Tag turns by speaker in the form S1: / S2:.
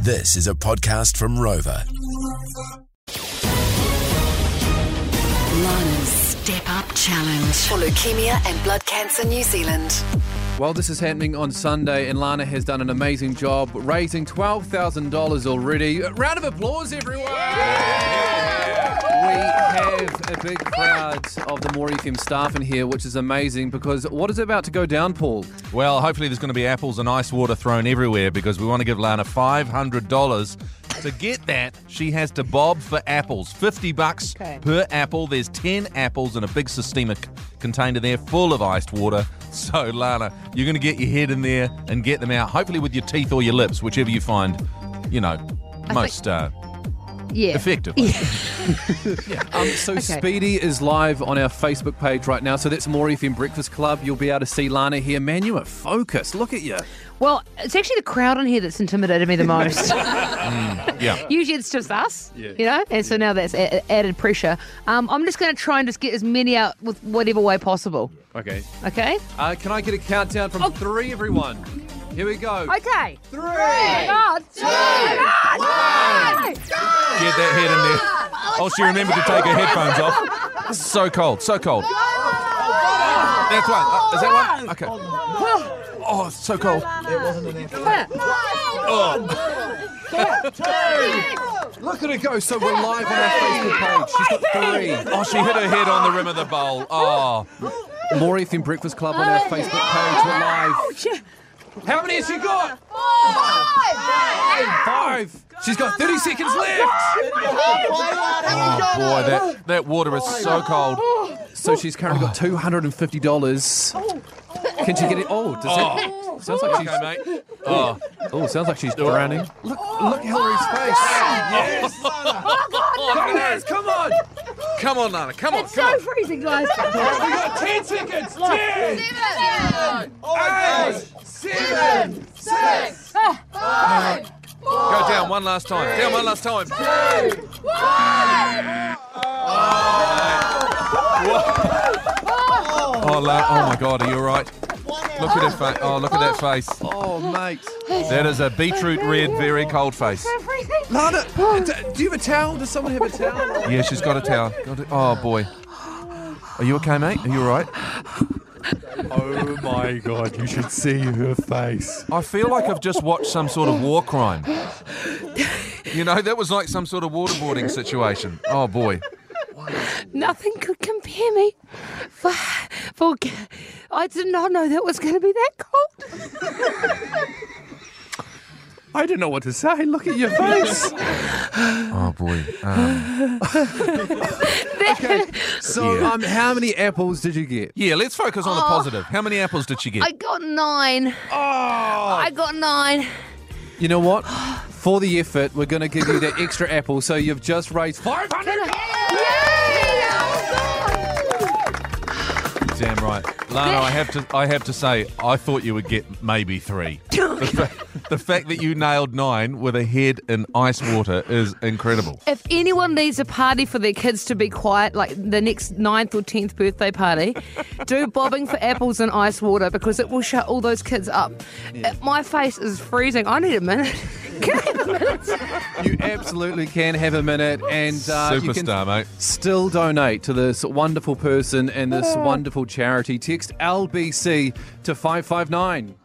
S1: This is a podcast from Rover.
S2: Lana's Step Up Challenge for Leukemia and Blood Cancer New Zealand.
S3: Well, this is happening on Sunday, and Lana has done an amazing job raising $12,000 already. A round of applause, everyone! We have a big crowd of the More FM staff in here, which is amazing because what is about to go down, Paul?
S4: Well, hopefully there's going to be apples and ice water thrown everywhere because we want to give Lana five hundred dollars. To get that, she has to bob for apples. Fifty bucks per apple. There's ten apples in a big systemic container there, full of iced water. So Lana, you're going to get your head in there and get them out. Hopefully with your teeth or your lips, whichever you find, you know, most uh,
S5: Yeah.
S4: effective.
S3: Um, so, Speedy is live on our Facebook page right now. So, that's More FM Breakfast Club. You'll be able to see Lana here. Man, you are focused. Look at you.
S5: Well, it's actually the crowd on here that's intimidated me the most.
S4: Yeah.
S5: Usually it's just us, you know? And so now that's a- a- added pressure. Um, I'm just going to try and just get as many out with whatever way possible,
S3: Okay.
S5: okay?
S3: Uh, can I get a countdown from three, everyone? Here we go.
S5: Okay.
S3: Three.
S4: Get that head in there. Oh, she remembered to take her headphones off. This is so cold, so cold. That's one. Uh, is that one? Okay. Oh, it's so cold.
S3: Look at her go. So we're live on our Facebook page. She's got three.
S4: Oh, she hit her head on the rim of the bowl. Oh,
S3: Oh, More FM Breakfast Club on our Facebook page. We're live. How many has she got? Five. She's got 30 seconds left.
S4: oh boy, that, that water is so cold.
S3: So she's currently got $250. Can she get it? Oh, does it? Sounds like she's,
S4: Okay, mate. Oh,
S3: oh, sounds like she's drowning. Look, look Hillary's face. Yes. Go, Naz, come on.
S4: come on, Lana. Come on, come on.
S5: freezing, guys.
S3: We got 10 seconds. 10. Eight, seven, six.
S4: Go down one last time. Down one last time. Oh, mate. oh, la- oh my God, are you all right? Look at her face. Oh, look at that face.
S3: Oh, mate.
S4: That is a beetroot red, very cold face.
S3: Lana, d- do you have a towel? Does someone have a towel?
S4: Yeah, she's got a towel. Got it. Oh boy. Are you okay, mate? Are you all right?
S6: Oh my god, you should see her face.
S4: I feel like I've just watched some sort of war crime. You know, that was like some sort of waterboarding situation. Oh boy.
S5: Nothing could compare me for, for. I did not know that was going to be that cold.
S6: I don't know what to say. Look at your face.
S4: Oh boy. Um,
S3: So,
S4: Yeah.
S3: um, how many apples did you get?
S4: yeah, let's focus
S3: Oh.
S4: on the positive. How many apples did she get?
S5: I got nine. Oh! I got nine.
S3: You know what? For the effort, we're going to give you that extra apple. So you've just raised five hundred.
S4: Damn right, Lana. I have to. I have to say, I thought you would get maybe three. The, fa- the fact that you nailed nine with a head in ice water is incredible.
S5: If anyone needs a party for their kids to be quiet, like the next ninth or tenth birthday party, do bobbing for apples and ice water because it will shut all those kids up. Uh, My face is freezing. I need a minute. Can I have a minute?
S3: You absolutely can have a minute, and uh, you can
S4: Superstar, mate.
S3: still donate to this Ah. wonderful person and this wonderful charity. Text LBC to five five nine.